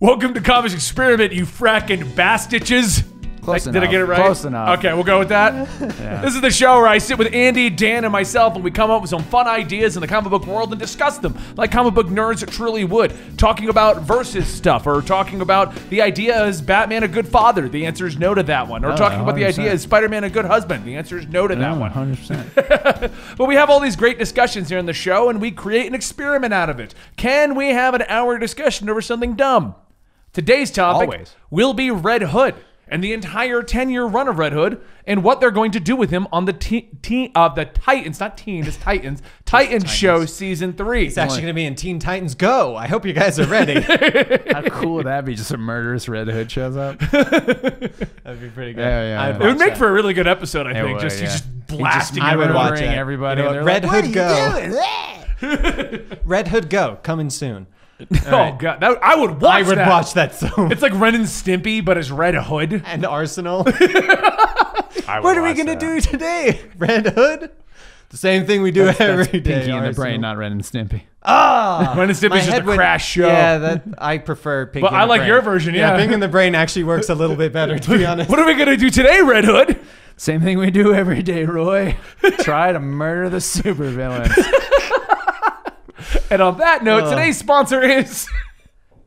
Welcome to Comics Experiment, you fracking bastitches. Close Did I enough. get it right? Close enough. Okay, we'll go with that. This is the show where I sit with Andy, Dan, and myself, and we come up with some fun ideas in the comic book world and discuss them like comic book nerds truly would. Talking about versus stuff, or talking about the idea is Batman a good father? The answer is no to that Oh, one. Or talking about the 100%. idea is Spider Man a good husband? The answer is no to that one. 100%. But we have all these great discussions here in the show, and we create an experiment out of it. Can we have an hour discussion over something dumb? Today's topic Always. will be Red Hood and the entire 10-year run of Red Hood and what they're going to do with him on the te- te- uh, the Titans, not teen, it's Titans, Titans show season three. It's actually going to be in Teen Titans Go. I hope you guys are ready. How cool would that be? Just a murderous Red Hood shows up. That'd be pretty good. Yeah, yeah, yeah. I'd It watch would make that. for a really good episode, I It think. would, just he's yeah. just blasting. I would murdering watch it. everybody, You know and what? they're Red like, Hood Go. Red Hood Go coming soon. oh god, that, I would watch. I would that. watch that so. much. It's like Ren and Stimpy, but it's Red Hood. and Arsenal. I what would are we watch gonna that. do today, Red Hood? The same thing we do every That's day. Pinky and the Arsenal. Brain, not Red and Stimpy. Ah, Ren and Stimpy's my just head a went- crash show. Yeah, that I prefer Pinky. But and I the like Brain. your version, yeah. Pinky and the Brain actually works a little bit better, to be honest. What are we gonna do today, Red Hood? Same thing we do every day, Roy. Try to murder the supervillains. And on that note, today's sponsor is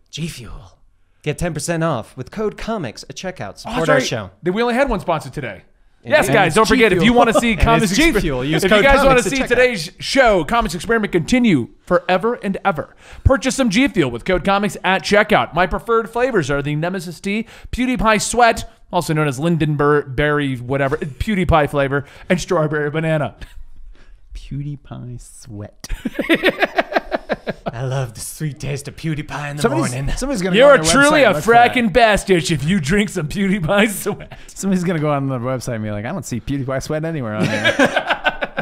G Fuel. Get ten percent off with code Comics at checkout. Support Oh, our sorry. show. Then We only had one sponsor today. Yes, and guys, it's don't G forget if you Fuel. want to see And Comics it's G Exper- Fuel. Use if you code guys want to Comics at see checkout. today's show, Comics Experiment continue forever and ever. Purchase some G Fuel with code Comics at checkout. My preferred flavors are the Nemesis Tea, PewDiePie Sweat, also known as Lindenberry whatever, PewDiePie flavor, and Strawberry Banana. PewDiePie sweat. I love the sweet taste of PewDiePie in the morning. Somebody's, somebody's gonna. You're go on their truly website a and look for that. fracking bastard if you drink some PewDiePie Sweat. Somebody's gonna go on the website and be like, I don't see PewDiePie sweat anywhere on there.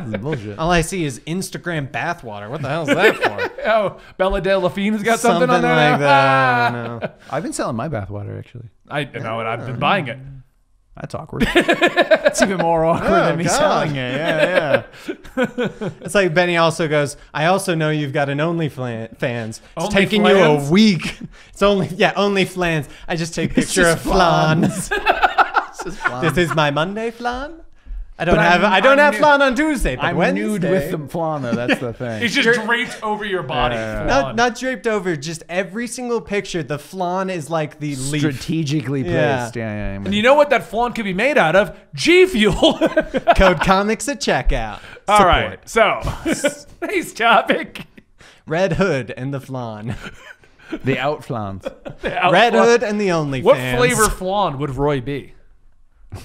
this is bullshit. All I see is Instagram bathwater. What the hell is that for? Oh, Bella Delphine has got something, on there. now? like that. I don't know. I've been selling my bathwater actually. I know, and I've been buying it. That's awkward. Oh, it's even more awkward than me God. selling it. Yeah, It's like Benny also goes, I also know you've got an OnlyFlans. It's Only taking you flans? a week. It's only, yeah, OnlyFlans. I just take picture just of flans. yeah. this is my Monday flan. I don't But have, I'm- I don't I'm have nude. flan on Tuesday, but I'm Wednesday. nude with the flan though. That's the thing. It's just draped over your body. Yeah. Flan. Not, not draped over, just every single picture. The flan is like the leaf. strategically Yeah. placed. Yeah, yeah. yeah. and you know what that flan could be made out of? G Fuel. Code comics at checkout. All Support. right. So, today's topic. Red Hood and the flan. the outflans. Red Hood and the Uh, OnlyFlans. What flavor flan would Roy be?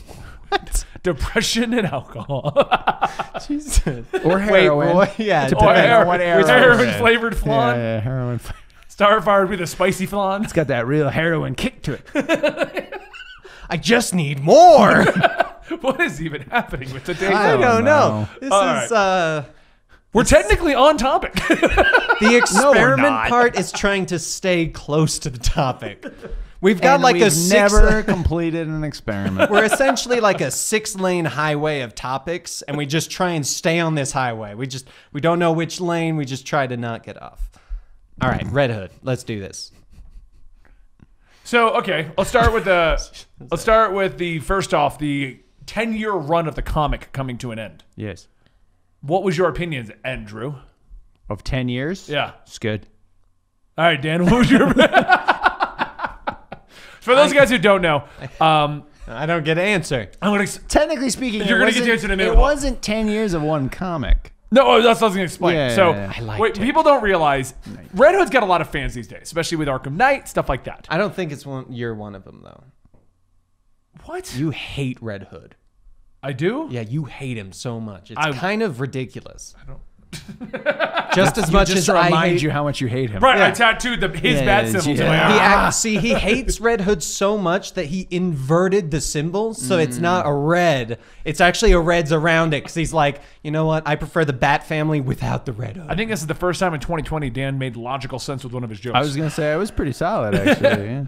What? Depression and alcohol. Jesus. or Wait, heroin. Roy, yeah, or on depends. heroin, what era we're in. flavored Yeah, flan. yeah, heroin. It's Starfire would be the spicy flan. got that real heroin kick to it. I just need more. What is even happening with today's I don't don't, know. know. This All is uh, We're technically on topic. the experiment not. part is trying to stay close to the topic. We've got And like we've a six, never completed an experiment. we're essentially like a six-lane highway of topics, and we just try and stay on this highway. We just we don't know which lane. We just try to not get off. All right, Red Hood, let's do this. so okay, I'll start with the I'll start with the first off the ten year run of the comic coming to an end. yes. What was your opinions, Andrew? Of ten years. Yeah. It's good. All right, Dan. What was your for those guys who don't know? Um, I don't get an answer. I'm gonna ex- Technically speaking, You're gonna it get wasn't- to it in a minute, It Walt. wasn't ten years of one comic. No, oh, that's what I was gonna explain. Yeah, so, yeah, yeah. I liked wait, it. people don't realize Red Hood's got a lot of fans these days, especially with Arkham Knight stuff like that. I don't think it's one. You're one of them though. What You hate Red Hood. I do? Yeah, you hate him so much. It's I- kind of ridiculous. I don't. just as much Just as to I remind hate you how much you hate him. Right, I Yeah. tattooed the, his Yeah, bad yeah, symbols. I'm yeah. like, He "Ah." act, see, he hates Red Hood so much that he inverted the symbol, so it's not a red. It's actually a red's around it because he's like, you know what? I prefer the Bat family without the Red I Hood. think this is the first time in 2020 Dan made logical sense with one of his jokes. I was gonna say I was pretty solid actually. Yeah.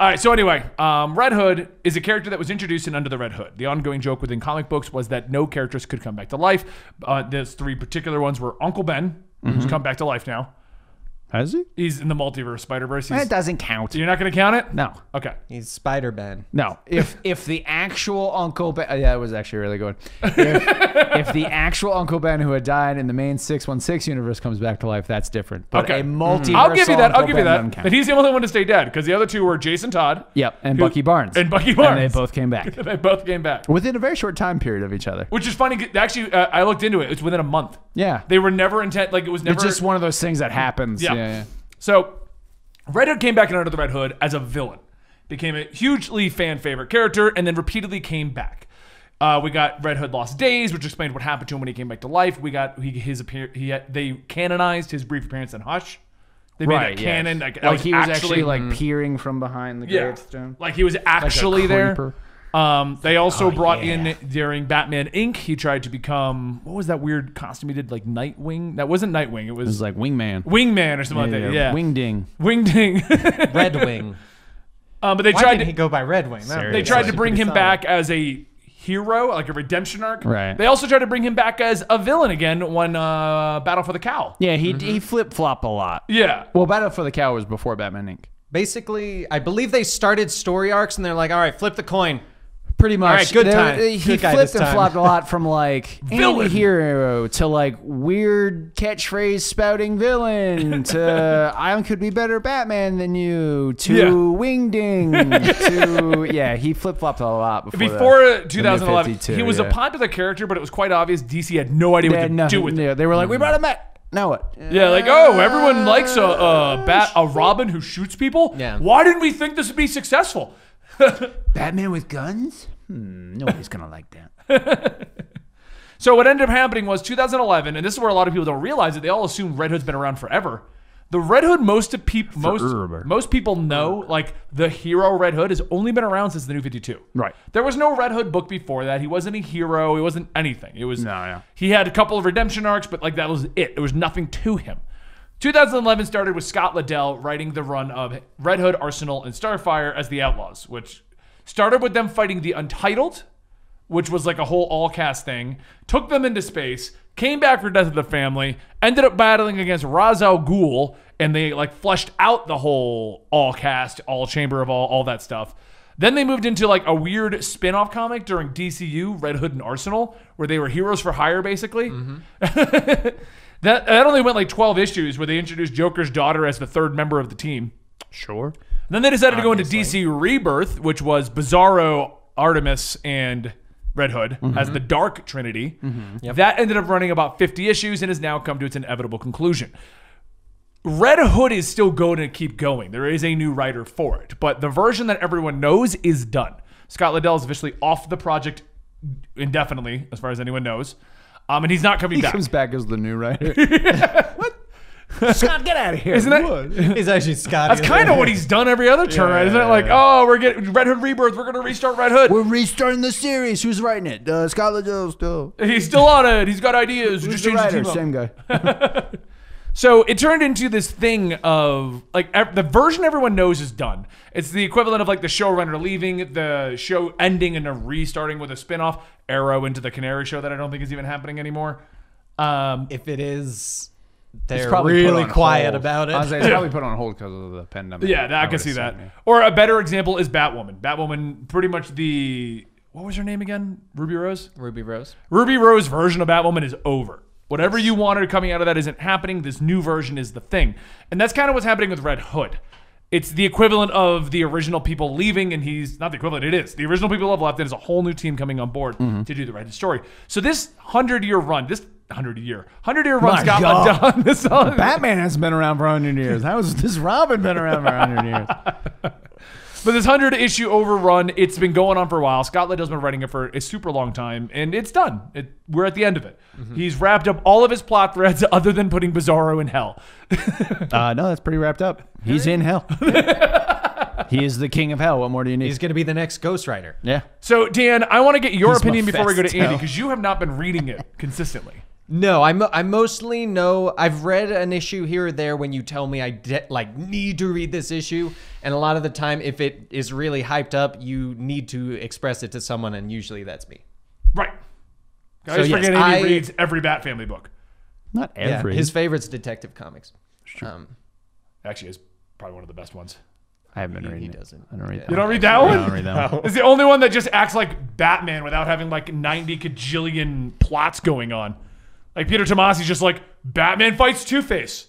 All right. So anyway, um, Red Hood is a character that was introduced in Under the Red Hood. The ongoing joke within comic books was that no characters could Mm-hmm. come back to life. Uh, those three particular ones were Uncle Ben, who's come back to life now, Has he? He's in the multiverse Spider Verse. That doesn't count. You're not going to count it? No, Okay. He's Spider Ben. no. If if the actual Uncle Ben, uh, yeah, that was actually really good. If, if the actual Uncle Ben who had died in the main six one six universe comes back to life, that's different. But Okay. Mm-hmm. a multiverse. I'll give you that. I'll Uncle give you Ben doesn't that. count. But he's the only one to stay dead because the other two were Jason Todd. Yep, and who- Bucky Barnes. And Bucky And they Barnes. both came back they both came back. within a very short time period of each other. Which is funny. 'cause Actually, uh, I looked into it. It's within a month. Yeah, They were never intent. Like it was never. it's just one of those things that happens. Yeah. Yeah, yeah. So, Red Hood came back in Under the Red Hood as a villain, became a hugely fan favorite character, and then repeatedly came back. Uh, we got Red Hood Lost Days, which explained what happened to him when he came back to life. We got he, his appear he had- they canonized his brief appearance in Hush. They made Right, that yeah. canon like, that Mm. Like he was actually like peering from behind the yeah, gravestone. like he was actually there. creeper. Oh, Um, they also brought in during Batman Inc. He tried to become what was that weird costume he did like Nightwing? That wasn't Nightwing. It was, It was like wingman. Wingman or something like that. Yeah, Wingding. Wingding. Red Wing. Um, but they Why tried didn't to he go by Red Wing? That- they Seriously. tried to bring him Solid. back as a hero, like a redemption arc. Right. They also tried to bring him back as a villain again when uh, Battle for the Cow. Yeah, he Mm-hmm. he flip flop a lot. Yeah. Well, Battle for the Cow was before Batman Inc. Basically, I believe they started story arcs and they're like, all right, flip the coin. Pretty much. right, good There- time. He Good guy flipped this and time. flopped a lot from like Villain. hero to like weird catchphrase spouting villain to I could be better Batman than you to Yeah. Wingding to yeah. He flip flopped a lot before the- Before the uh, New 2011, 52, he was yeah. a popular character, but it was quite obvious DC had no idea They what had to nothing- do with yeah, it. Hmm. They were like, we brought him back. Now what? Uh, Yeah, like oh, everyone likes a, a bat, a Robin who shoots people. Yeah. Why didn't we think this would be successful? Batman with guns? Hmm, nobody's gonna like that. So what ended up happening was 2011, and this is where a lot of people don't realize it. They all assume Red Hood's been around forever. The Red Hood most of peop- most Forever. most people know, like the hero Red Hood, has only been around since the New 52. Right. There was no Red Hood book before that. He wasn't a hero. He wasn't anything. It was No, no. he had a couple of redemption arcs, but like that was it. There was nothing to him. 2011 started with Scott Liddell writing the run of Red Hood, Arsenal, and Starfire as the Outlaws, which started with them fighting the Untitled, which was like a whole all cast thing, took them into space, came back for Death of the Family, ended up battling against Ra's al Ghul, and they like fleshed out the whole all cast, all chamber of all, all that stuff. Then they moved into like a weird spin off comic during DCU, Red Hood and Arsenal, where they were heroes for hire basically. that, that only went like 12 issues where they introduced Joker's daughter as the third member of the team. Sure. Then they decided to go into DC Rebirth, which was Bizarro, Artemis, and Red Hood Mm-hmm. as the Dark Trinity. That ended up running about 50 issues and has now come to its inevitable conclusion. Red Hood is still going to keep going. There is a new writer for it, but the version that everyone knows is done. Scott Liddell is officially off the project indefinitely, as far as anyone knows, um, and he's not coming He back. comes back as the new writer. Scott, get out of here! Isn't that He's actually Scotty. that's kind of what he's done every other turn? right? Isn't it like, oh, we're getting Red Hood Rebirth? We're going to restart Red Hood. We're restarting the series. Who's writing it? Uh, Scott Liddell still. He's still on it. He's got ideas. Who's Just the change the writer? team up. Same guy. So it turned into this thing of like ev- the version everyone knows is done. It's the equivalent of like the showrunner leaving, the show ending, and then restarting with a spinoff arrow into the Canary Show that I don't think is even happening anymore. Um, If it is, It's they're probably put really on quiet hold. about it. I was like, it's probably put on hold because of the pandemic. yeah, that, I, would can see that. assume, yeah. Or a better example is Batwoman. Batwoman, pretty much the what was her name again? Ruby Rose. Ruby Rose. Ruby Rose version of Batwoman is over. Whatever you wanted coming out of that isn't happening. This new version is the thing. And that's kind of what's happening with Red Hood. It's the equivalent of the original people leaving, and he's not the equivalent, it is. The original people have left, and there's a whole new team coming on board Mm-hmm. to do the Red Hood story. So this 100 year run, this 100 year, 100 year run's My got God. done. This Batman hasn't been around for 100 years. How has this Robin been around for 100 years? But this 100 issue overrun, it's been going on for a while. Scott Liddell's been writing it for a super long time, and it's done. It, we're at the end of it. He's wrapped up all of his plot threads other than putting Bizarro in hell. Uh, no, that's pretty wrapped up. He's in hell. he is the king of hell. What more do you need? He's going to be the next Ghost Rider. yeah. So, Dan, I want to get your He's opinion before we go to Mephisto. Andy because you have not been reading it consistently. No, I, mo- I mostly know. I've read an issue here or there when you tell me I de- like need to read this issue, and a lot of the time, if it is really hyped up, you need to express it to someone, and usually that's me. Right. I So, just yes, forget Andy I- reads every Bat Family book. Not Yeah, every. his favorite's Detective Comics. Um, Actually, is probably one of the best ones. I haven't been He- reading. he it. doesn't. I don't read that. You don't read that one? I don't read that one. It's the only one that just acts like Batman without having like 90 cajillion plots going on. Like Peter Tomasi's just like, Batman fights Two Face.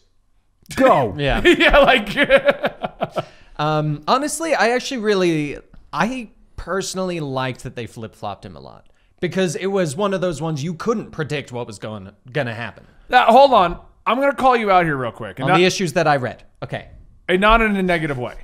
Go. Yeah. yeah, like. Um, honestly, I actually really, I personally liked that they flip flopped him a lot because it was one of those ones you couldn't predict what was going gonna happen now, hold on. I'm going to call you out here real quick. And on not, the issues that I read. Okay, and not in a negative way.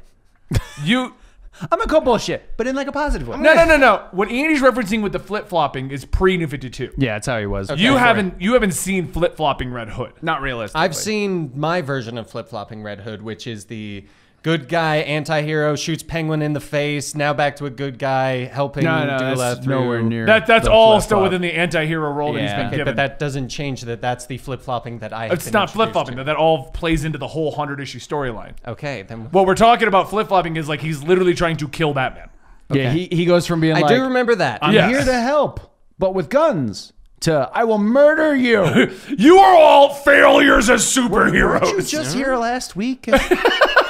You. I'm gonna call bullshit, but in like a positive way. No, no, no, no. What Andy's referencing with the flip flopping is pre New 52. Yeah, that's how he was. you haven't you haven't seen flip flopping Red Hood. Not realistic. I've seen my version of flip flopping Red Hood, which is the good guy anti-hero shoots Penguin in the face. Now back to a good guy helping No, no, Dula that's through. nowhere near. That that's the all flip-flop. still within the anti-hero role that he's Yeah. been Okay, given. but that doesn't change that that's the flip flopping that I. Have it's been not flip introduced flopping. That all plays into the whole hundred issue storyline. to. Okay, then What we're talking about flip flopping is like he's literally trying to kill Batman. Yeah, he, he goes from being I like, do remember that. I'm Yes. here to help, but with guns, to I will murder you. You are all failures as superheroes. you just here last week as,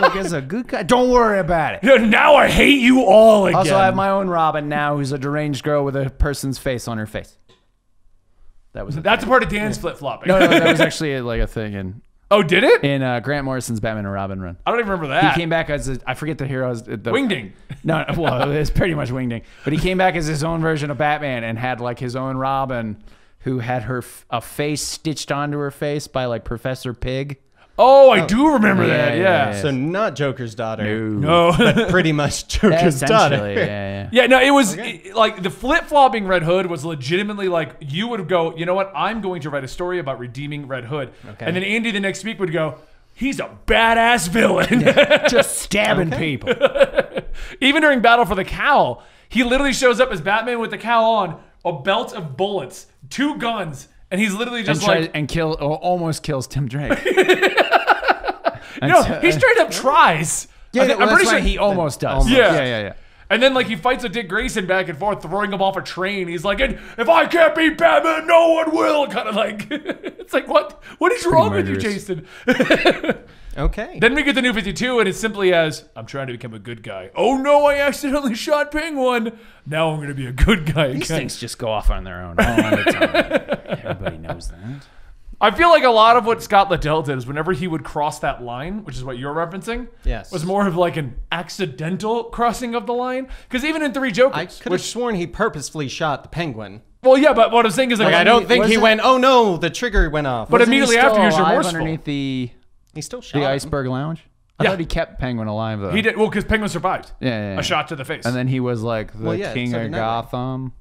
like, as a good guy. Don't worry about it. now I hate you all again. Also, I have my own Robin now, who's a deranged girl with a person's face on her face. That was a, that's a part of Dan's flip flopping. no, no, that was actually uh, like a thing in oh, did it? in uh, Grant Morrison's Batman and Robin run. I don't even remember He that. came back as a, I forget the heroes. The, Wingding. No, no, well, it's pretty much wingding. But he came back as his own version of Batman and had like his own Robin, who had her f- a face stitched onto her face by like Professor Pig. Oh, I do remember that. yeah, Yeah. yeah, yeah. So not Joker's daughter. No. Pretty much Joker's daughter. Essentially, yeah, yeah. Yeah, no, it was it- like the flip flopping Red Hood was legitimately like you would go, you know what? I'm going to write a story about redeeming Red Hood, and then Andy the next week would go, he's a badass villain. Just stabbing people. Even during Battle for the Cowl, he literally shows up as Batman with the cowl on, a belt of bullets, two guns, and he's literally and, just try, like, and kill or almost kills Tim Drake. And no, so- he straight up tries. I think- well, I'm pretty that's sure why he almost does. Yeah. yeah, yeah, yeah. And then like he fights with Dick Grayson back and forth, throwing him off a train. He's like, "And "If I can't beat Batman, no one will." Kind of like, it's like, what? What is wrong with you, murderous. Jason? Okay. then we get the new Fifty Two, and it's simply as, "I'm trying to become a good guy." Oh no, I accidentally shot Penguin. Now I'm gonna be a good guy These again. things just go off on their own all on the time. Everybody knows that. I feel like a lot of what Scott Liddell did is whenever he would cross that line, which is what you're referencing, Yes. was more of like an accidental crossing of the line. Because even in Three Jokers, I could have which sworn he purposefully shot the penguin. well, yeah, but what I'm saying is like, Like, I don't think was he it- went, oh no, the trigger went off. But Wasn't he immediately still after, he was alive remorseful. Uh, underneath the he still shot the him. iceberg lounge. I Yeah. thought he kept Penguin alive though. He did well because Penguin survived. Yeah, yeah, yeah. a shot to the face. And then he was like the yeah, king so of did that Gotham.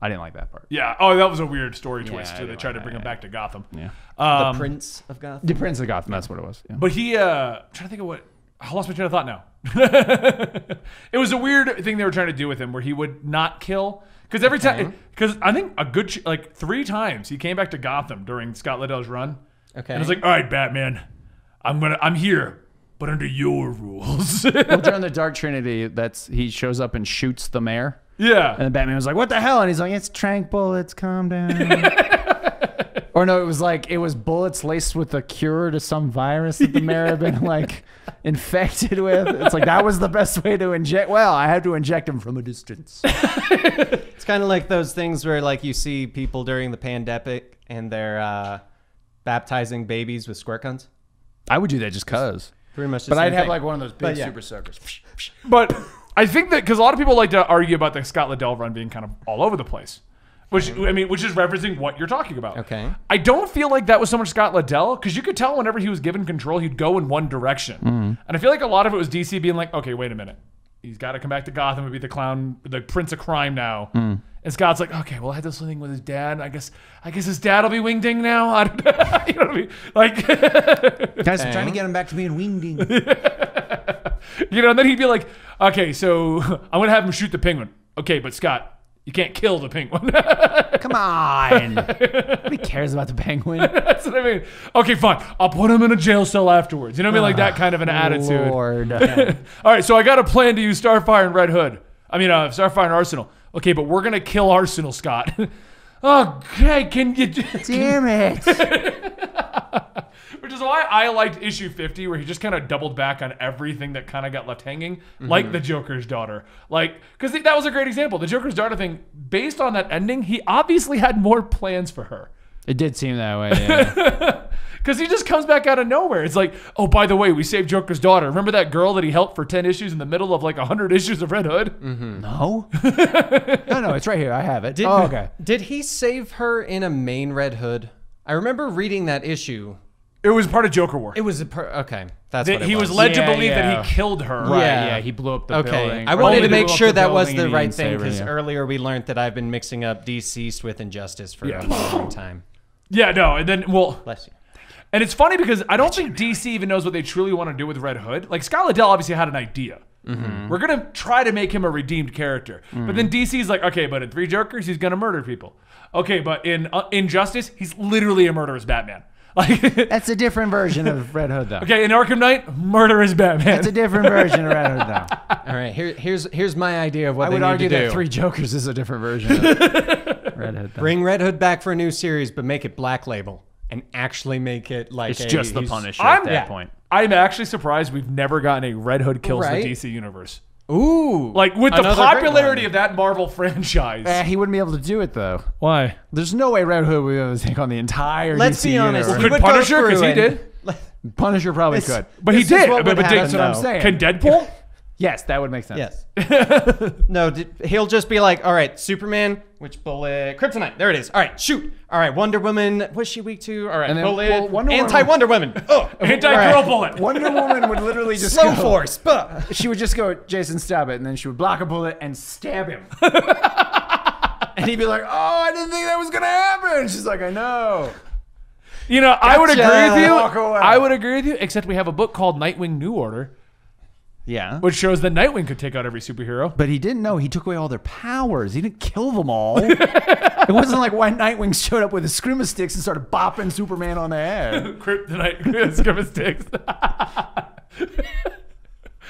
I didn't like that part. yeah. Oh, that was a weird story twist. I too. They didn't tried to like bring that, him back to Gotham. Yeah. Um, Prince of Gotham. The Prince of Gotham. That's what it was. Yeah. but he, uh, I'm trying to think of what. I lost my train of thought now. it was a weird thing they were trying to do with him, where he would not kill. Because every time, because I think a good ch- like three times he came back to Gotham during Scott Liddell's run. Okay. And it's like, all right, Batman, I'm gonna, I'm here, but under your rules. Well, during the Dark Trinity, that's he shows up and shoots the mayor, and yeah. then Batman was like, "What the hell?" And he's like, "It's trank bullets. Calm down." or no, it was like it was bullets laced with a cure to some virus that the mayor had been like infected with. It's like that was the best way to inject. Well, I had to inject him from a distance. It's kind of like those things where like you see people during the pandemic and they're uh, baptizing babies with squirt guns. I would do that just cause. Pretty much. The But same I'd have thing. like one of those big But yeah. super suckers. But I think that because a lot of people like to argue about the Scott Liddell run being kind of all over the place, which I mean, which is referencing what you're talking about. Okay. I don't feel like that was so much Scott Liddell because you could tell whenever he was given control, he'd go in one direction, and I feel like a lot of it was DC being like, okay, wait a minute, he's got to come back to Gotham and be the clown, the Prince of Crime now. And Scott's like, okay, well, I had this thing with his dad. I guess, I guess his dad will be Wingding now. I don't know. you know what I mean? Like, Guys, I'm trying to get him back to being wingding. You know, and then he'd be like, okay, so I'm going to have him shoot the penguin. Okay, but Scott, you can't kill the penguin. Come on. Nobody cares about the penguin. That's what I mean. Okay, fine. I'll put him in a jail cell afterwards. You know what I mean? Like that kind of an attitude. Oh, Lord. All right, so I got a plan to use Starfire and Red Hood. I mean, uh, Starfire and Arsenal. Okay, but we're going to kill Arsenal, Oh, Scott. okay, can you. Damn it. Which is why I liked issue 50, where he just kind of doubled back on everything that kind of got left hanging, like the Joker's daughter. Like, because that was a great example. The Joker's daughter thing, based on that ending, he obviously had more plans for her. It did seem that way. Yeah. Because he just comes back out of nowhere. It's like, oh, by the way, we saved Joker's daughter. Remember that girl that he helped for 10 issues in the middle of like 100 issues of Red Hood? Oh? no. no, no, it's right here. I have it. Did, oh, okay. Did he save her in a main Red Hood? I remember reading that issue. It was part of Joker War. It was a per- okay. That's That what it he was was. led Yeah, to believe yeah. that he killed her. Right, Yeah. yeah. he blew up the Okay, building. I wanted Only to to make blow up sure the that was building the and he right thing saved her, because yeah. earlier we learned that I've been mixing up deceased with injustice for Yeah. a long time. Yeah, no. And then, well, Bless you. And it's funny because I don't think DC even knows what they truly want to do with Red Hood. Like Scott Liddell obviously had an idea. Mm-hmm. We're gonna try to make him a redeemed character, but Mm. then DC's like, okay, but in Three Jokers, he's gonna murder people. Okay, but in uh, Injustice, he's literally a murderous Batman. Like, That's a different version of Red Hood, though. okay, in Arkham Knight, murderous Batman. That's a different version of Red Hood, though. All right, here, here's here's my idea of what I they would need argue to do. that Three Jokers is a different version of Red Hood. Though. Bring Red Hood back for a new series, but make it Black Label and actually make it like It's a- just the he's- Punisher I'm- at that yeah. point. I'm actually surprised we've never gotten a Red Hood kills Right. the DC universe. Ooh, Like with the another great popularity one. of that Marvel franchise. Eh, he wouldn't be able to do it though. Why? There's no way Red Hood would be able to take on the entire. Let's DC be honest, universe. he Could would go Punisher? 'Cause through he and- did. Punisher probably This- could. But he This is did. what But, would but happen, did- what I'm though. saying. Can Deadpool? Yes, that would make sense. Yes. no, d- he'll just be like, all right, Superman, which bullet? Kryptonite. There it is. All right, shoot. All right, Wonder Woman. Was she weak too? All right, And then- bullet. well, Wonder Woman- Anti Wonder Woman. Oh, Anti girl bullet. Wonder Woman would literally just slow go- force. Bah. She would just go, Jason, stop it, and then she would block a bullet and stab him. and he'd be like, "Oh, I didn't think that was gonna happen." She's like, "I know." You know, I would agree with you. Walk away. I would agree with you, except we have a book called Nightwing New Order, Yeah. which shows that Nightwing could take out every superhero. But he didn't know. He took away all their powers. He didn't kill them all. it wasn't like when Nightwing showed up with his scrimma sticks and started bopping Superman on the head. Kryptonite scum sticks.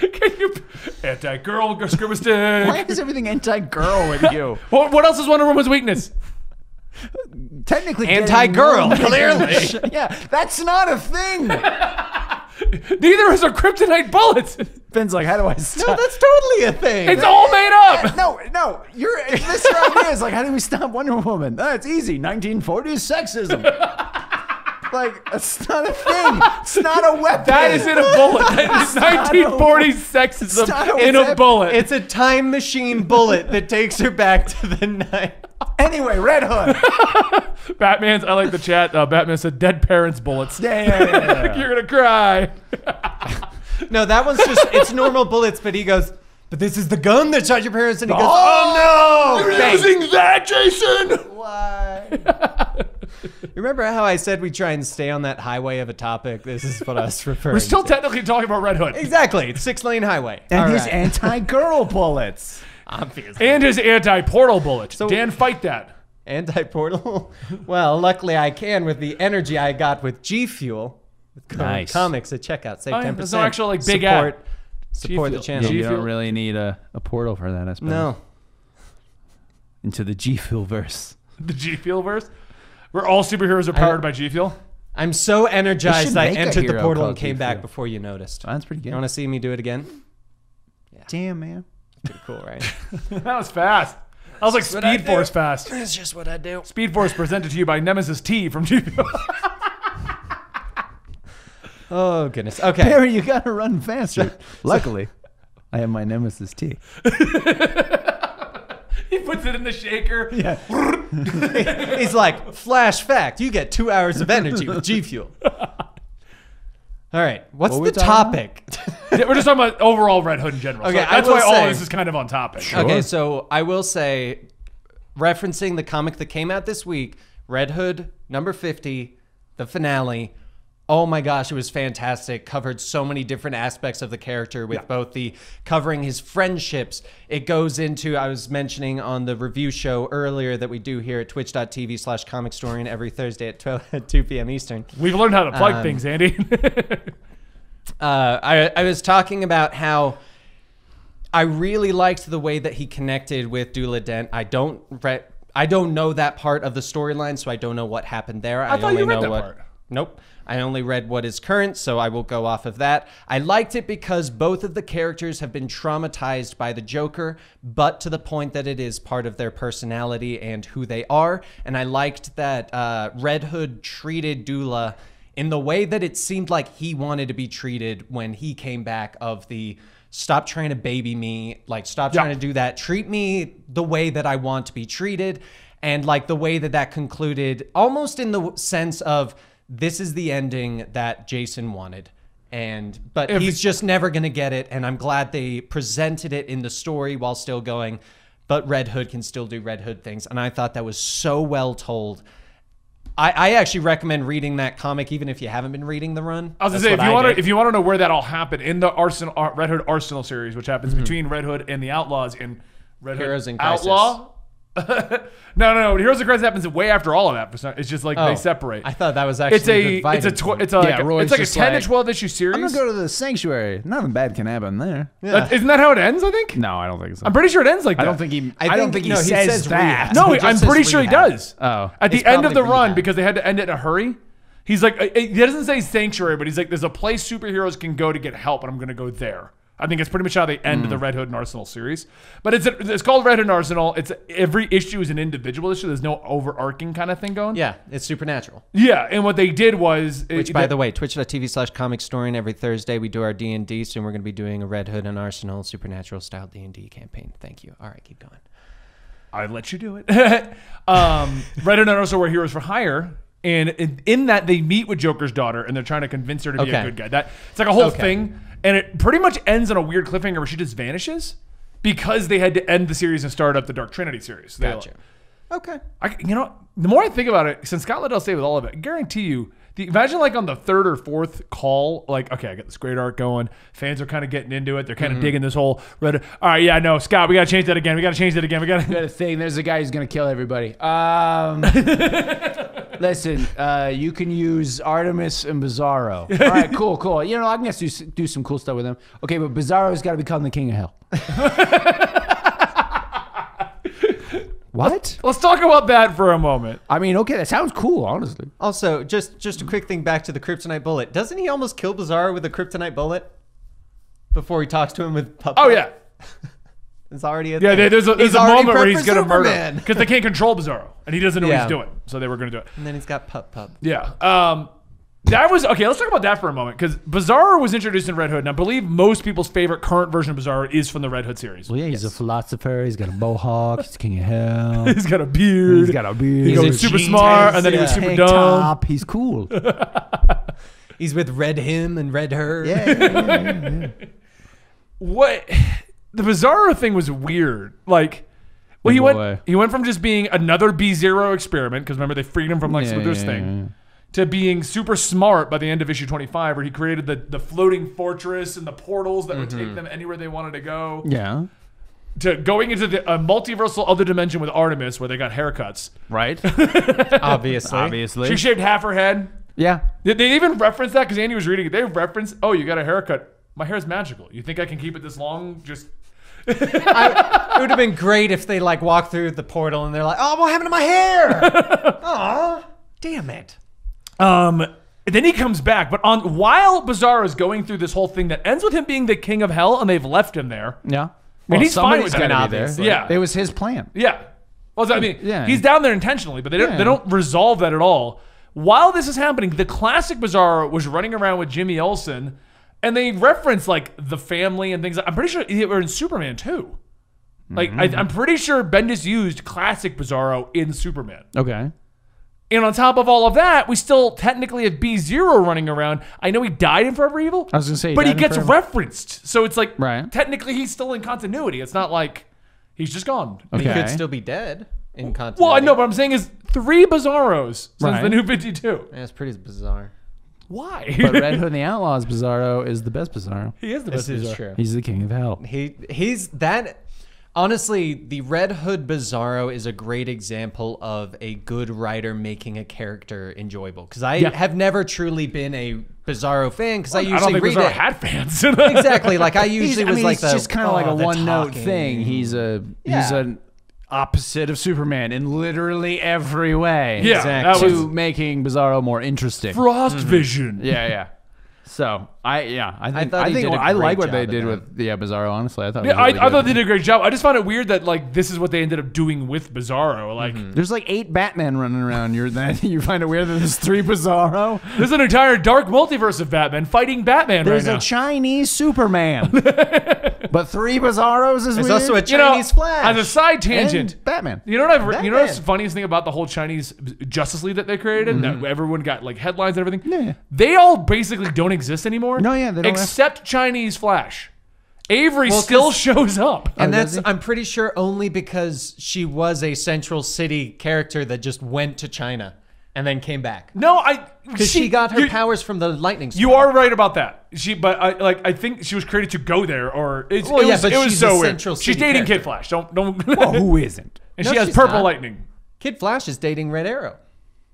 Can you anti girl scum Why stick? is everything anti-girl with you? What, what else is Wonder Woman's weakness? Technically, Anti-girl, getting- clearly. yeah, that's not a thing. Neither is her kryptonite bullets. Ben's like, how do I No, stop? that's totally a thing. It's all made up. No, no, you're this your idea is like, how do we stop Wonder Woman? That's easy. 1940s sexism. like, it's not a thing. It's not a weapon. That is in a bullet. That is not a- 1940s not sexism a in a weapon. bullet. It's a time machine bullet that takes her back to the night. Anyway, Red Hood. Batman's. I like the chat. Uh, Batman said, "Dead parents' bullets." Yeah, yeah, yeah, yeah, yeah. You're gonna cry. No, that one's just it's normal bullets, but he goes, but this is the gun that shot your parents, and he goes, Oh, no! Bang. that, Jason. You "Oh, remember how I said we try and stay on that highway of a topic? This is what I was referring. We're still to. technically talking about Red Hood exactly. It's six lane highway. And All his right. anti-girl bullets. obvious and his anti-portal bullet. Dan, fight that. anti portal. well, luckily I can with the energy I got with G Fuel. With Com- Nice. Comics at checkout, save Oh, yeah, ten percent. there's no actual, like, big ad. support. Support the Fuel. channel. Yeah, you G don't Fuel. really need a, a portal for that, I suppose. No. Into the G Fuel verse. The G Fuel verse. Where all superheroes are powered I- by G Fuel. I'm so They energized should I make a entered the hero portal called and came G back Fuel. before you noticed. That's pretty good. You want to see me do it again? Damn, man. Cool, right? That was fast. That was like Speed Force fast. That's just what I do. Speed Force presented to you by Nemesis T from G Fuel. Oh goodness. Okay. Barry, you gotta run faster. Luckily, I have my nemesis T. he puts it in the shaker. Yeah. He's like, flash fact, you get two hours of energy with G Fuel. All right, what's were we the talking topic? Yeah, We're just talking about overall Red Hood in general. So Okay, I that's will why all say- of this is kind of on topic. okay, so I will say, referencing the comic that came out this week, Red Hood number 50, the finale. Oh my gosh, it was fantastic. Covered so many different aspects of the character with both the covering his friendships. It goes into, I was mentioning on the review show earlier that we do here at twitch.tv slash comic story and every Thursday at 12, at 2 p.m. Eastern. We've learned how to plug Um, things, Andy. uh, I, I was talking about how I really liked the way that he connected with Dula Dent. I don't re- I don't know that part of the storyline, so I don't know what happened there. I, thought only you read know that what part. Nope. I only read what is current, so I will go off of that. I liked it because both of the characters have been traumatized by the Joker, but to the point that it is part of their personality and who they are. And I liked that uh, Red Hood treated Dula in the way that it seemed like he wanted to be treated when he came back of the stop trying to baby me, like stop Yeah. trying to do that. Treat me the way that I want to be treated. And like the way that that concluded, almost in the w- sense of this is the ending that Jason wanted. And, but he's just never going to get it. And I'm glad they presented it in the story while still going, but Red Hood can still do Red Hood things. And I thought that was so well told. I, I actually recommend reading that comic, even if you haven't been reading the run. I was gonna That's say if what you I want did. to if you want to know where that all happened in the Arsenal Ar- Red Hood Arsenal series, which happens between Red Hood and the Outlaws and Red Heroes Hood in Crisis. Outlaw. no, no, no. Heroes of Crisis happens way after all of that. For some, it's just like Oh. they separate. I thought that was actually it's a it's a divided tw- for me. it's a like, Yeah, Roy's it's like a just ten to like, twelve issue series. I'm gonna go to the sanctuary. Nothing bad can happen there. That- isn't that how it ends? I think. No, I don't think so. I'm pretty sure it ends like that. I don't think he. I I, don't think- think he no, he says, says that. rehab. No, He he- just I'm says pretty sure he rehab. does. Oh. at the It's end of the probably run rehab. because they had to end it in a hurry. He's like, uh, he doesn't say sanctuary, but he's like, there's a place superheroes can go to get help, and I'm going to go there. I think it's pretty much how they end Hmm. the Red Hood and Arsenal series. But it's it's called Red Hood and Arsenal. It's every issue is an individual issue. There's no overarching kind of thing going. yeah, it's supernatural. yeah. And what they did was, Which, by the way, twitch.tv slash comic story, and every Thursday we do our D&D. Soon we're going to be doing a Red Hood and Arsenal supernatural style D&D campaign. Thank you. All right, keep going. I let you do it. um, Red and also were heroes for hire. And in, in that, they meet with Joker's daughter, and they're trying to convince her to be a Okay. good guy. That it's like a whole Okay. thing, and it pretty much ends on a weird cliffhanger where she just vanishes because they had to end the series and start up the Dark Trinity series. They- Gotcha. Okay. I, you know, the more I think about it, since Scott Liddell stayed with all of it, I guarantee you, the, imagine like on the third or fourth call, like, okay, I got this great arc going. Fans are kind of getting into it. They're Mm-hmm. kind of digging this whole red. All right, yeah, no, Scott, we got to change that again. We got to change that again. We got to. Got a thing. There's a guy who's gonna kill everybody. Um, listen, uh, you can use Artemis and Bizarro. All right, cool, cool. You know, I can just do, s- do some cool stuff with him. Okay, but Bizarro's got to become the king of hell. what? Let's talk about that for a moment. I mean, okay, that sounds cool, honestly. Also, just just a quick thing back to the kryptonite bullet. Doesn't he almost kill Bizarro with a kryptonite bullet before he talks to him with Pup? Oh yeah, It's already a yeah. thing. there- There's a, there's He's a already moment where prepped he's for gonna murder Superman. because they can't control Bizarro and he doesn't know what Yeah. he's doing, so they were gonna do it. And then he's got Pup Pup. Yeah. Um, that was okay. Let's talk about that for a moment because Bizarro was introduced in Red Hood, and I believe most people's favorite current version of Bizarro is from the Red Hood series. Well, yeah, he's a philosopher. He's got a mohawk. He's king of hell. He's got a beard. He's got a beard. He was a super jean smart, tank, and then he was yeah. super tank dumb. top. He's cool. Yeah, He's with Red Him and Red Her. yeah, yeah. what the bizarro thing was weird. Like, well, he In went what way? he went from just being another B zero experiment because remember they freed him from Lex Yeah, Luthor's yeah, thing. yeah, yeah. To being super smart by the end of issue 25, where he created the, the floating fortress and the portals that would Mm-hmm. take them anywhere they wanted to go. yeah. To going into the a multiversal other dimension with Artemis, where they got haircuts. Right. Obviously. She shaved half her head. Yeah. Did they even reference that? Because Andy was reading it. They reference, oh, you got a haircut. My hair's magical. You think I can keep it this long? Just I- it would have been great if they like walked through the portal and they're like, "Oh, what happened to my hair? Aw, damn it." Um, then he comes back, but on while Bizarro is going through this whole thing that ends with him being the king of hell, and they've left him there. Yeah. And he's fine with that, gotta be obviously. Yeah. It was his plan. Yeah. Well, I mean, Yeah. he's down there intentionally, but they don't, Yeah. they don't resolve that at all. While this is happening, the classic Bizarro was running around with Jimmy Olsen, and they reference like the family and things. I'm pretty sure they were in Superman too. Like Mm-hmm. I, I'm pretty sure Bendis used classic Bizarro in Superman. Okay. And on top of all of that, we still technically have B Zero running around. I know he died in Forever Evil. I was gonna say he but he died in gets Forever- referenced, so it's like Right. technically he's still in continuity. It's not like he's just gone. He Okay. could still be dead in continuity. Well, I know, but I'm saying is three Bizarros since the Right. New Fifty Two. That's pretty bizarre. Why? But Red Hood and the Outlaws Bizarro is the best Bizarro. he is the best. This is Bizarro. true. He's the king of hell. He he's that. Honestly, the Red Hood Bizarro is a great example of a good writer making a character enjoyable. Because I have never truly been a Bizarro fan. Because I I don't usually think read Bizarro it had fans. exactly like I usually He's, I was mean, like he's the, just kind of like "Oh, a the one note talking." thing. He's a he's Yeah. an opposite of Superman in literally every way. Yeah, that To was- making Bizarro more interesting. Frost Vision. Mm-hmm. yeah, yeah. So I yeah I think I, thought he think did a I great like what they job did at with yeah Bizarro. Honestly, I thought it Yeah, was really I, I good. thought they did a great job. I just found it weird that like this is what they ended up doing with Bizarro. Like There's like eight Batman running around. You're that you find it weird that there's three Bizarro. there's an entire dark multiverse of Batman fighting Batman There's right a now. Chinese Superman, but three Bizarros is There's weird. also a you know, Chinese Flash. as a side tangent, and Batman. You know what I've re- you know what's the Batman. Mm-hmm. funniest thing about the whole Chinese Justice League that they created that everyone got like headlines and everything. Yeah, yeah. They all basically don't exist anymore. No, yeah, they don't have- except Chinese Flash. Avery 'cause- still shows up. And Oh, does that's, I'm pretty sure, only because she was a Central City character that just went to China and then came back. no, I Because she, got her you're- powers from the lightning storm. You are right about that. She, but I like I think she was created to go there, or it's, Well, it yeah, was, but it was she's so a weird. Central she's City dating Kid character. Flash. Don't don't. Oh, who isn't? and No, she has she's purple not. lightning. Kid Flash is dating Red Arrow.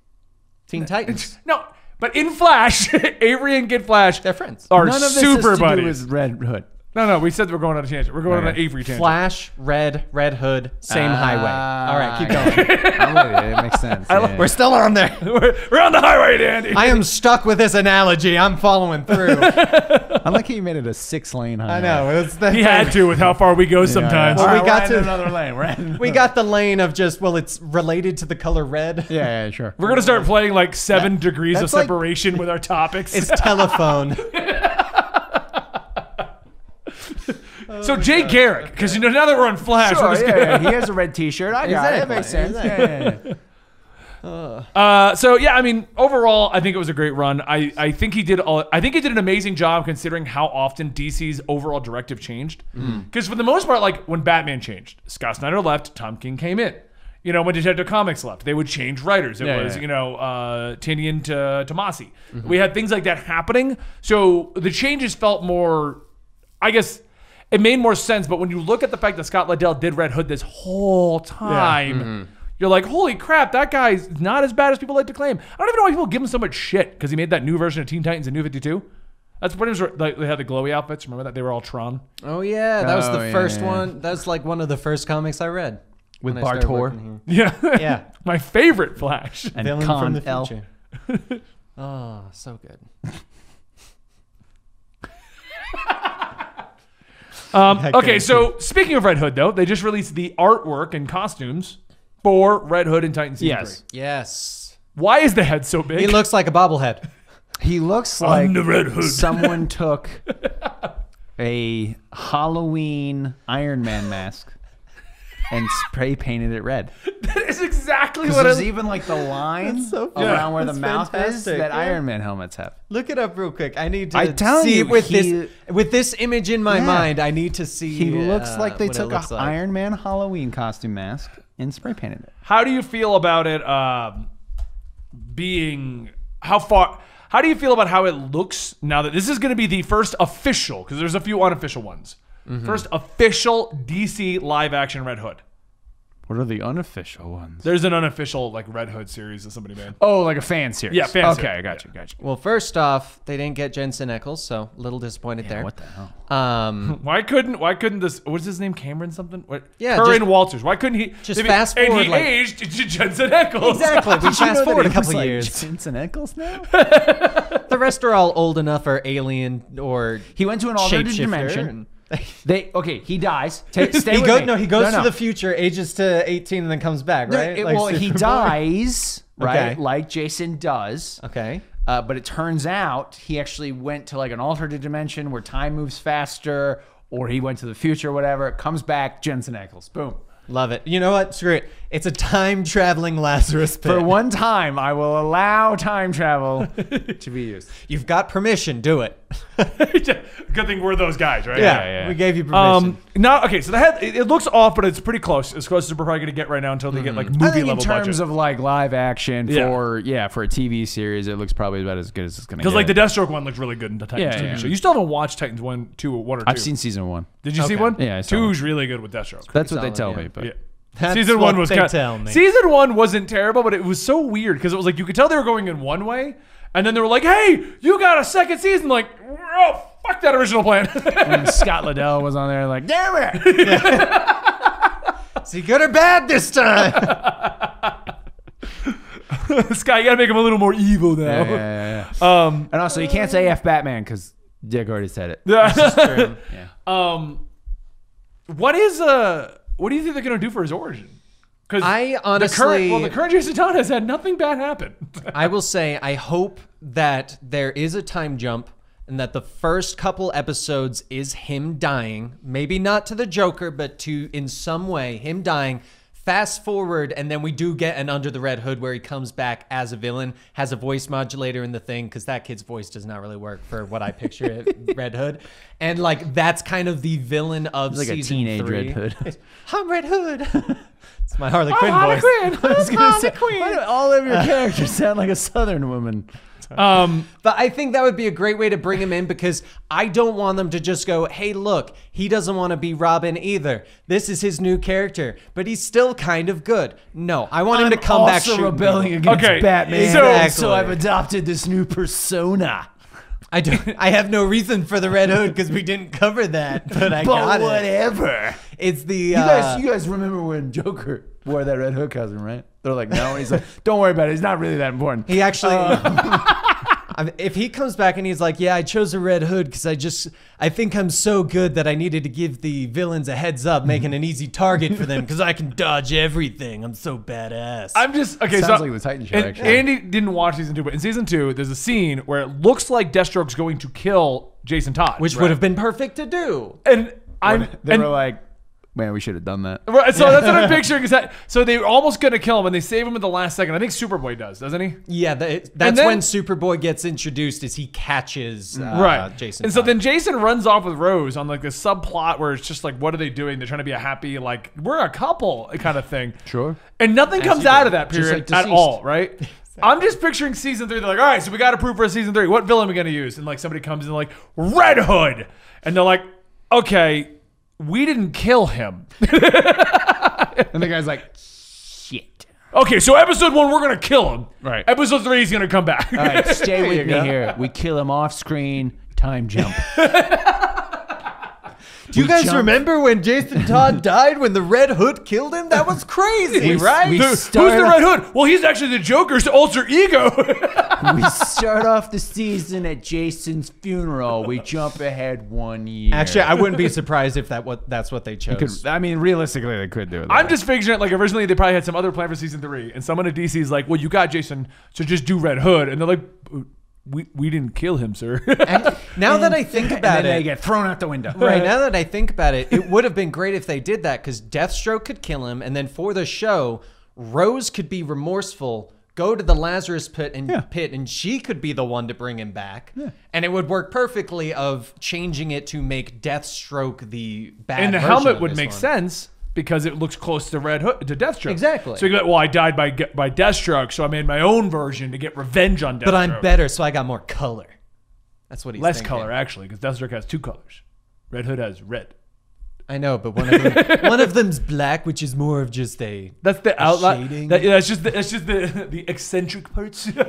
Teen Titans. No, but in Flash, Avery and Kid Flash They're friends. are None of this super has to buddies. do with Red Hood. No, no, we said that we're going on a tangent. We're going on an Okay. Avery tangent. Flash, Red, Red Hood, same Ah. highway. All right, keep going. I'm with you. It makes sense. yeah. We're still on there. We're, we're on the highway, Andy. I am stuck with this analogy. I'm following through. I like how you made it a six-lane highway. I know. It's the he had to with how far we go Yeah, sometimes. yeah. Well, we All right, got we're adding to- another lane. We're adding We another- got the lane of just well, it's related to the color red. Yeah, yeah, sure. We're gonna start playing like seven degrees of that's like- separation with our topics. It's telephone. so Jay Garrick, because you know now that we're on Flash, we're Sure, just yeah, gonna- yeah, He has a red T-shirt. I got it. That Exactly, makes sense. Yeah, exactly. yeah, yeah. Uh, so yeah, I mean, overall, I think it was a great run. I, I think he did all, I think he did an amazing job considering how often DC's overall directive changed. Mm-hmm. Because for the most part, like when Batman changed, Scott Snyder left, Tom King came in. You know, when Detective Comics left, they would change writers. It Yeah, was yeah. Mm-hmm. you know uh, Tinian to Tomasi. We had things like that happening. So the changes felt more, I guess. It made more sense, but when you look at the fact that Scott Liddell did Red Hood this whole time, you're like, holy crap, that guy's not as bad as people like to claim. I don't even know why people give him so much shit because he made that new version of Teen Titans and New 52. That's when it was, like, they had the glowy outfits. Remember that? They were all Tron. Oh yeah, that was Oh, the yeah, first yeah. one. That was like one of the first comics I read. With when I started Bartor. working here. Yeah. Yeah. My favorite Flash. And Villain Con from the L. future. oh, so good. Um, That okay, guy so speaking of Red Hood, though, they just released the artwork and costumes for Red Hood and Titans. season Yes. three. Yes. Why is the head so big? He looks like a bobblehead. He looks like Red Hood. someone took a Halloween Iron Man mask and spray painted it red. that is exactly 'Cause what there's I. even like the line so funny. around where the That's mouth is fantastic, that yeah. Iron Man helmets have. Look it up real quick. I need to I tell see you, with he- this with this image in my Yeah. mind. I need to see. He looks uh, like they what it took a looks like. Iron Man Halloween costume mask and spray painted it. How do you feel about it um, being how far? How do you feel about how it looks now that this is going to be the first official? Because there's a few unofficial ones. Mm-hmm. First official DC live action Red Hood. What are the unofficial ones? There's an unofficial like Red Hood series that somebody made. Oh, like a fan series. Yeah, fan okay, series, I got you, got you. Well, first off, they didn't get Jensen Eccles, so a little disappointed there. What the hell? Um, Why couldn't Why couldn't this? What's his name? Cameron something? What? Yeah, Curran just- Walters. Why couldn't he? just they mean- fast And he forward, like- aged to Jensen Ackles. exactly. We Did you know fast that forward a he couple was, like, years. Jensen Ackles now. The rest are all old enough or alien or He went to an alternate shapeshifter dimension. and- They okay. He dies. Ta- stay he with go, me. No, he goes to the future, ages to 18, and then comes back, No, right? it- Like well, he Superboy. dies right, Okay. like Jason does. Okay. Uh, but it turns out he actually went to like an alternate dimension where time moves faster, or he went to the future, whatever. Comes back, Jensen Ackles. Boom. Love it. You know what? Screw it. It's a time traveling Lazarus pit. For one time, I will allow time travel to be used. You've got permission. Do it. Good thing we're those guys, right? Yeah, yeah. we gave you permission. Um. Now, okay. So the head it, it looks off, but it's pretty close. As close as we're probably gonna get right now until they get like movie Mm-hmm. I think in level terms budget. of like live action Yeah. for yeah for a TV series, it looks probably about as good as it's gonna. because get. like the Deathstroke one looked really good in the Titans Yeah, TV yeah. show. You still haven't watched Titans one, two, or one or two. I've seen season one. Did you see Okay. one? Yeah, I saw two's really good with Deathstroke. That's what Solid, they tell yeah. me. But yeah. That's season what one was they kinda- tell me. Season one wasn't terrible, but it was so weird because it was like you could tell they were going in one way, and then they were like, "Hey, you got a second season!" Like, oh fuck that original plan. and Scott Liddell was on there like, damn it. he good or bad this time? Sky, you gotta make him a little more evil now. Yeah, yeah, yeah. and also, you can't say F Batman because Dick already said it. Um, what is uh, what do you think they're gonna do for his origin? Because I the current, honestly- well, the current Jason Todd has had nothing bad happen. I will say, I hope that there is a time jump and that the first couple episodes is him dying. Maybe not to the Joker, but to, in some way, him dying. Fast forward, and then we do get an Under the Red Hood where he comes back as a villain, has a voice modulator in the thing, because that kid's voice does not really work for what I picture it, Red Hood. And, like, that's kind of the villain of like a season teenage three. Red Hood. Oh, I'm Red Hood. it's my Harley Quinn Harley voice. Quinn. I was gonna Harley say, Quinn. why do all of your characters sound like a Southern woman? Um, But I think that would be a great way to bring him in because I don't want them to just go, hey, look, he doesn't want to be Robin either. This is his new character, but he's still kind of good. No, I want him to come back also shooting rebelling people. against Okay, Batman. so- so Exactly. I've adopted this new persona. I do. I have no reason for the Red Hood because we didn't cover that, but I But got it. whatever. It's the uh, You guys, you guys remember when Joker wore that red hood cousin, right? They're like, no. He's like, don't worry about it. It's not really that important. He actually. I mean, if he comes back and he's like, "Yeah, I chose a red hood because I just I think I'm so good that I needed to give the villains a heads up, making an easy target for them because I can dodge everything. I'm so badass." I'm just okay. Sounds so like the Titan show, and actually. Andy didn't watch season two, but in season two, there's a scene where it looks like Deathstroke's going to kill Jason Todd, which would have been perfect to do. and I'm They and- were like, man, we should have done that. Right, so that's what I'm picturing. Is that so? They were almost gonna kill him, and they save him at the last second. I think Superboy does, doesn't he? Yeah, that, that's then- when Superboy gets introduced, is he catches uh, right, Jason. And so Todd. then Jason runs off with Rose on like this subplot where it's just like, what are they doing? They're trying to be a happy, like we're a couple kind of thing. Sure. And nothing comes out of that Just period like at deceased. all, right? I'm just picturing season three. They're like, all right, so we got to prove for season three. What villain are we gonna use? And like somebody comes in like Red Hood, and they're like, okay, we didn't kill him. And the guy's like, shit. Okay, so episode one, we're gonna kill him. Right. Episode three, he's gonna come back. All right, stay you with me go. here. We kill him off screen. Time jump. do you guys jump- remember when Jason Todd died when the Red Hood killed him? That was crazy, We- right? we- Dude, start who's the off- Red Hood? Well, he's actually the Joker's alter ego. we start off the season at Jason's funeral. We jump ahead one year. Actually, I wouldn't be surprised if that what that's what they chose. I mean, realistically, they could do it. I'm just figuring it like originally they probably had some other plan for season three, and someone at DC is like, "Well, you got Jason, so just do Red Hood," and they're like, "We we didn't kill him, sir." And now that I think about and then they it, get thrown out the window. right now that I think about it, it would have been great if they did that because Deathstroke could kill him, and then for the show, Rose could be remorseful, go to the Lazarus pit and pit, and she could be the one to bring him back, and it would work perfectly of changing it to make Deathstroke the bad. and the version helmet of would this make one. sense because it looks close to Red Hood to Deathstroke. Exactly. So you like, "Well, I died by ge- by Deathstroke, so I made my own version to get revenge on Deathstroke." but I'm better, so I got more color. That's what he's less thinking. color actually because Deathstroke has two colors. Red Hood has red. I know, but one of them, one of them's black, which is more of just a. That's the outline. shading. That, yeah, that's just the, that's just the the eccentric parts.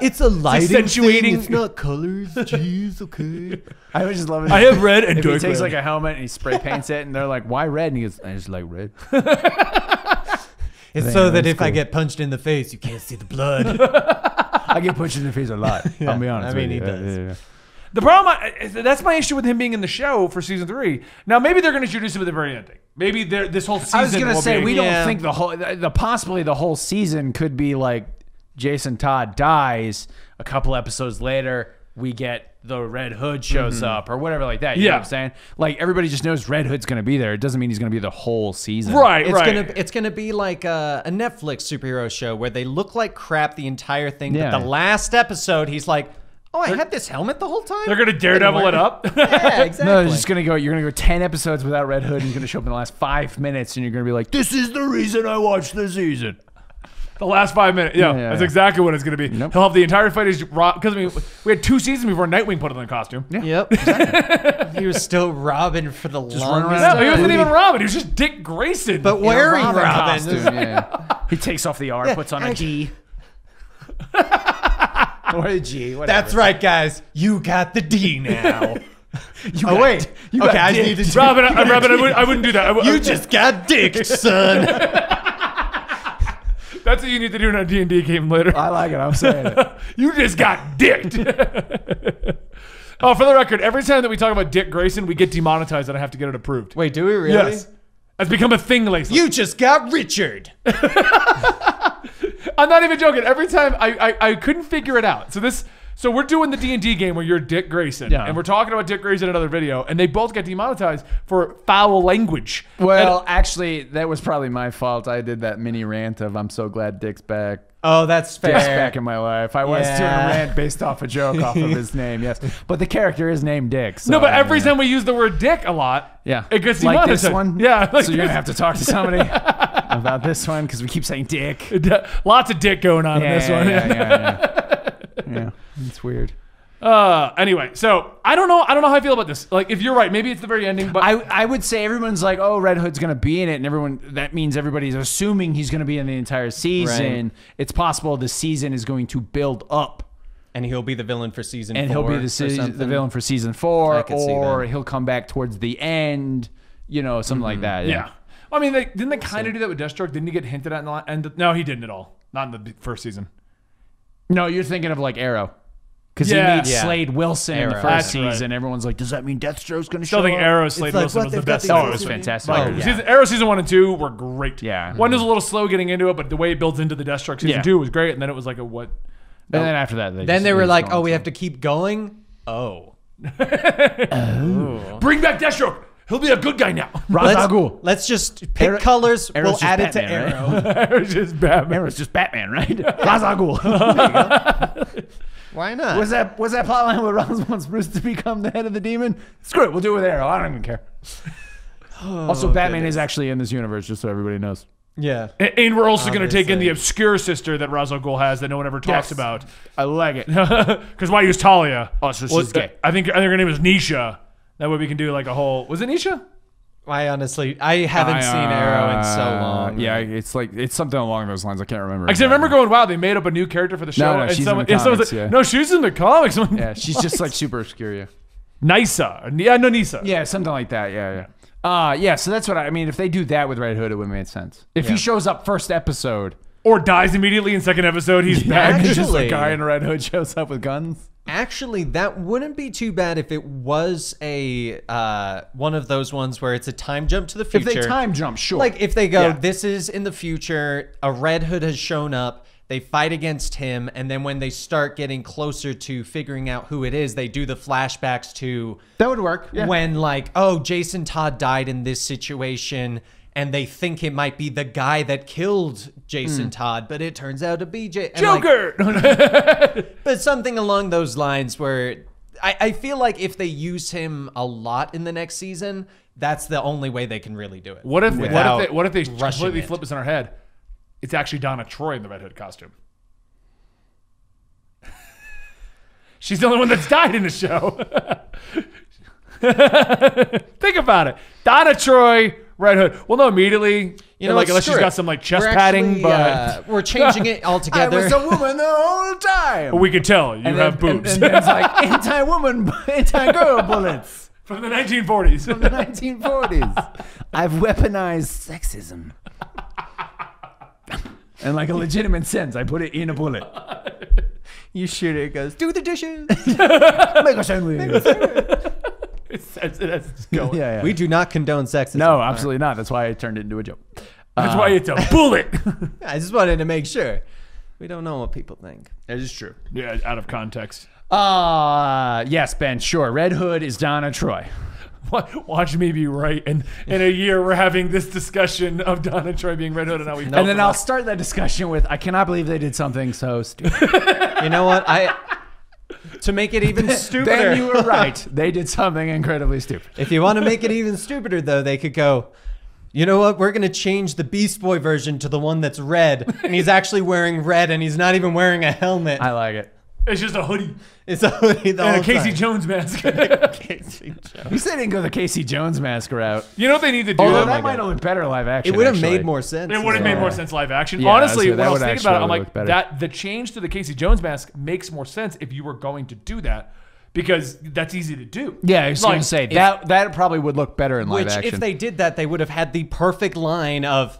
It's a lighting accentuating- thing. It's not colors. Jeez, okay. I was just loving. I have red and If he dark takes red. like a helmet and he spray paints it, and they're like, "Why red?" And he goes, "I just like red." It's so that that's if I cool. get punched in the face, you can't see the blood. I get punched in the face a lot. I'll be honest. I mean, with he you. does. Yeah, yeah, yeah. The problem I- is that that's my issue with him being in the show for season three. Now maybe they're going to introduce him at the very ending. Maybe they're- this whole season. I was gonna will say be- we Yeah. don't think the whole the, the possibly the whole season could be like Jason Todd dies a couple episodes later we get the Red Hood shows up or whatever like that. You know Yeah. what I'm saying? Like everybody just knows Red Hood's gonna be there. It doesn't mean he's gonna be the whole season. right, it's right. gonna it's gonna be like a, a Netflix superhero show where they look like crap the entire thing, Yeah. but the last episode he's like, "Oh, I had this helmet the whole time." they're going to daredevil it up. Yeah, exactly. No, it's just gonna go. You're gonna go ten episodes without Red Hood, and he's gonna show up in the last five minutes, and you're gonna be like, "This is the reason I watched the season." the last five minutes. Yeah, Yeah, yeah, that's yeah. exactly what it's going to be. Nope. He'll have the entire fight. Because I mean, we had two seasons before Nightwing put on the costume. Yeah. Yep. he was still Robin for the run longest. around. he time. wasn't even Robin. He was just Dick Grayson. But In a wearing Robin. costume, yeah. he takes off the R, puts on a D. or a G. Whatever. That's right, guys. You got the D now. You oh wait. You okay, I need to. Robin, I, Robin, I, would, I wouldn't do that. I would- You just got dicked, son. that's what you need to do in a D and D game later. I like it. I'm saying it. you just got dicked. oh, for the record, every time that we talk about Dick Grayson, we get demonetized, and I have to get it approved. wait, do we really? Yes. That's become a thing lately. You just got Richard. I'm not even joking. Every time I, I, I couldn't figure it out. So this so we're doing the D and D game where you're Dick Grayson, Yeah. and we're talking about Dick Grayson in another video, and they both get demonetized for foul language. Well, actually, that was probably my fault. I did that mini rant of "I'm so glad Dick's back." Oh, that's fair. Dick's back in my life. I was doing Yeah. a rant based off a joke off of his name. Yes, but the character is named Dick. so, no, but I every mean, time we use the word Dick a lot, uh, yeah, it gets like demonetized. this one. yeah, like so you're gonna this- have to talk to somebody about this one because we keep saying Dick. lots of Dick going on in this one. yeah, yeah, yeah. yeah. It's weird. Uh, anyway, so I don't know. I don't know how I feel about this. Like, if you're right, maybe it's the very ending, but I, I would say everyone's like, oh, Red Hood's gonna be in it, and everyone that means everybody's assuming he's gonna be in the entire season. It's possible the season is going to build up, And he'll be the villain for season and four. he'll be or the se- the something. villain for season four, could see or that. Mm-hmm. he'll come back towards the end, you know, something like that. yeah. Well, I mean, they, didn't they kind of do that with Deathstroke? Didn't he get hinted at? In the, la- and no, he didn't at all. Not in the first season. No, you're thinking of like Arrow. Because Yeah. he meets Yeah. Slade Wilson in the Arrow. first That's right. season. Everyone's like, does that mean Deathstroke's going to show Still think up? Arrow Slade It's like, Wilson what, was the they've got best. the season. oh, it was fantastic. Like, yeah. season, Arrow season one and two were great. Yeah. One was a little slow getting into it, but the way it builds into the Deathstroke season Yeah. two was great. And then it was like a what? And then after that, they Then just- they it were was like, going "Oh, we to- have to keep going." Oh, Bring back Deathstroke. He'll be a good guy now. Ra's al Ghul. let's just pick colors. Arrow's we'll just add it to Batman, Arrow. it's just Batman. Arrow's just Batman, right? Ra's al Ghul. Why not? Was that was that plotline where Roz wants Bruce to become the head of the demon? Screw it, we'll do it with Arrow. I don't even care. also, Oh, Batman is actually in this universe, just so everybody knows. yeah. A- And we're also going to take in Obviously. the obscure sister that Ra's al Ghul has that no one ever talks Yes. about. I like it. Because why use Talia? Oh, so she's Well, gay. I think I think her name is Nisha. That way we can do like a whole. Was it Nisha? I honestly, I haven't seen Arrow in so long. uh, Yeah, it's like it's something along those lines. I can't remember. Because I remember going, wow, they made up a new character for the show. no, and she's in someone, the and someone's comics, like, yeah. No, she's in the comics. I'm like, Yeah, she's just like super obscure. Yeah. Nisa. Or Ni- Yeah, no, Nisa. Yeah, something like that. Yeah, yeah. Uh, yeah. So that's what I, I mean. If they do that with Red Hood, it would make sense. If he shows up first episode, Or dies immediately in second episode. He's back. and just the Actually- guy in Red Hood shows up with guns. Actually, that wouldn't be too bad if it was a uh, one of those ones where it's a time jump to the If future. they time jump, sure. like if they go, Yeah. this is in the future. A Red Hood has shown up. They fight against him, and then when they start getting closer to figuring out who it is, they do the flashbacks to that would work. Yeah. when like oh jason todd died in this situation and they think it might be the guy that killed Hmm. jason todd but it turns out to be J- and, like, Joker. but something along those lines where I, I feel like if they use him a lot in the next season that's the only way they can really do it what if Without what if they, what if they rushing completely it. flip this in our head? It's actually Donna Troy in the Red Hood costume. She's the only one that's died in the show. Think about it. Donna Troy, Red Hood. Well, no, immediately. You know, like unless she's screw got it. some like chest We're padding, actually, but uh, we're changing it I altogether. was a woman the whole time. we could tell you uh, And have then- and- boobs And, then it's like anti-woman, anti-girl bullets. from the 1940s. 1940s. I've weaponized sexism. In like a legitimate sense, I put it in a bullet. You shoot it, it goes. do the dishes. Make a sandwich. yeah, It's- it's- it's going. yeah. we do not condone sexism. no, absolutely not. That's why I turned it into a joke. That's why it's a bullet. I just wanted to make sure. We don't know what people think. That is true. yeah, out of context. Uh yes, Ben. Sure. Red Hood is Donna Troy. Wa- Watch me be right, and in a year we're having this discussion of Donna Troy being Red Hood, and how we. And then I'll start that discussion with, I cannot believe they did something so stupid. You know what? I to make it even stupider. Ben, you were right. They did something incredibly stupid. If you want to make it even stupider, though, they could go. You know what? We're gonna change the Beast Boy version to the one that's red, and he's actually wearing red, and he's not even wearing a helmet. I like it. it's just a hoodie It's only and the whole a Casey time. Jones mask. Casey Jones. You said they didn't go the Casey Jones mask route. you know what they need to do? Although though? Oh, that might have looked better live action. It would have actually. made more sense. it would have Yeah. made more sense live action. Yeah, Honestly, so when that I was would thinking about it, actually I'm look like better. that. The change to the Casey Jones mask makes more sense if you were going to do that because that's easy to do. Yeah, I was Like, gonna say that that probably would look better in live Which, action. if they did that, they would have had the perfect line of,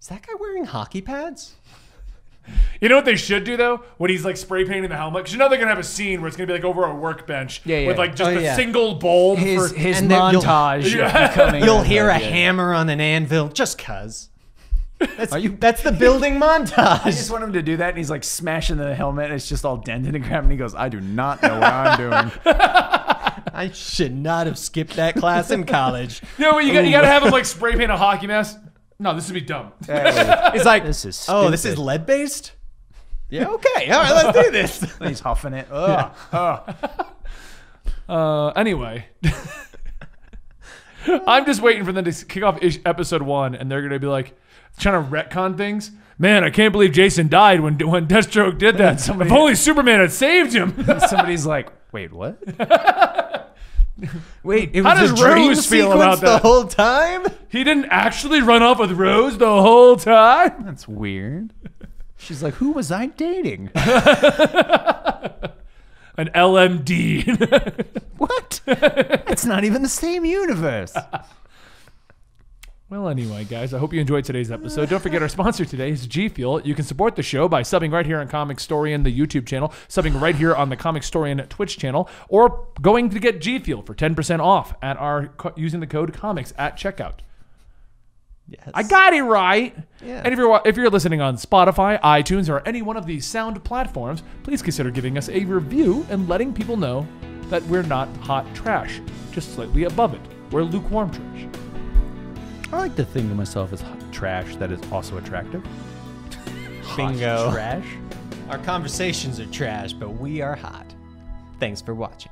"Is that guy wearing hockey pads?" You know what they should do though? When he's like spray painting the helmet, because you know they're gonna have a scene where it's gonna be like over a workbench Yeah, yeah. with like just Oh, a yeah. single bulb. his for, his and then you'll- montage. Yeah. of becoming- You'll hear a hammer on an anvil just cuz. That's, that's the building I just montage. want him to do that, and he's like smashing the helmet, and it's just all dented and crap. And he goes, "I do not know what I'm doing." I should not have skipped that class in college. you know what? You, got, you gotta have him like spray paint a hockey mask. No, this would be dumb. It's like, This is oh, this is stupid." lead based? Yeah, okay. All right, let's do this. And he's huffing it. Ugh. Uh, anyway, I'm just waiting for them to kick off ish- episode one, and they're gonna be like trying to retcon things. Man, I can't believe Jason died when when Deathstroke did that. if only Superman had saved him. And somebody's like, "Wait, what?" Wait, it How was a does dream Rose feel sequence about the that? whole time? he didn't actually run off with Rose the whole time. That's weird. She's like, "Who was I dating?" An LMD. what? It's not even the same universe. Well, anyway, guys, I hope you enjoyed today's episode. Don't forget our sponsor today is G Fuel. You can support the show by subbing right here on Comic Storian, the YouTube channel, subbing right here on the Comic Storian Twitch channel, or going to get G Fuel for 10% off at our co- using the code COMICS at checkout. Yes. I got it right. Yeah. And if you're wa- if you're listening on Spotify, iTunes, or any one of these sound platforms, please consider giving us a review and letting people know that we're not hot trash, just slightly above it. We're lukewarm trash. I like to think of myself as hot trash that is also attractive. Bingo. Trash. Our conversations are trash, but we are hot. Thanks for watching.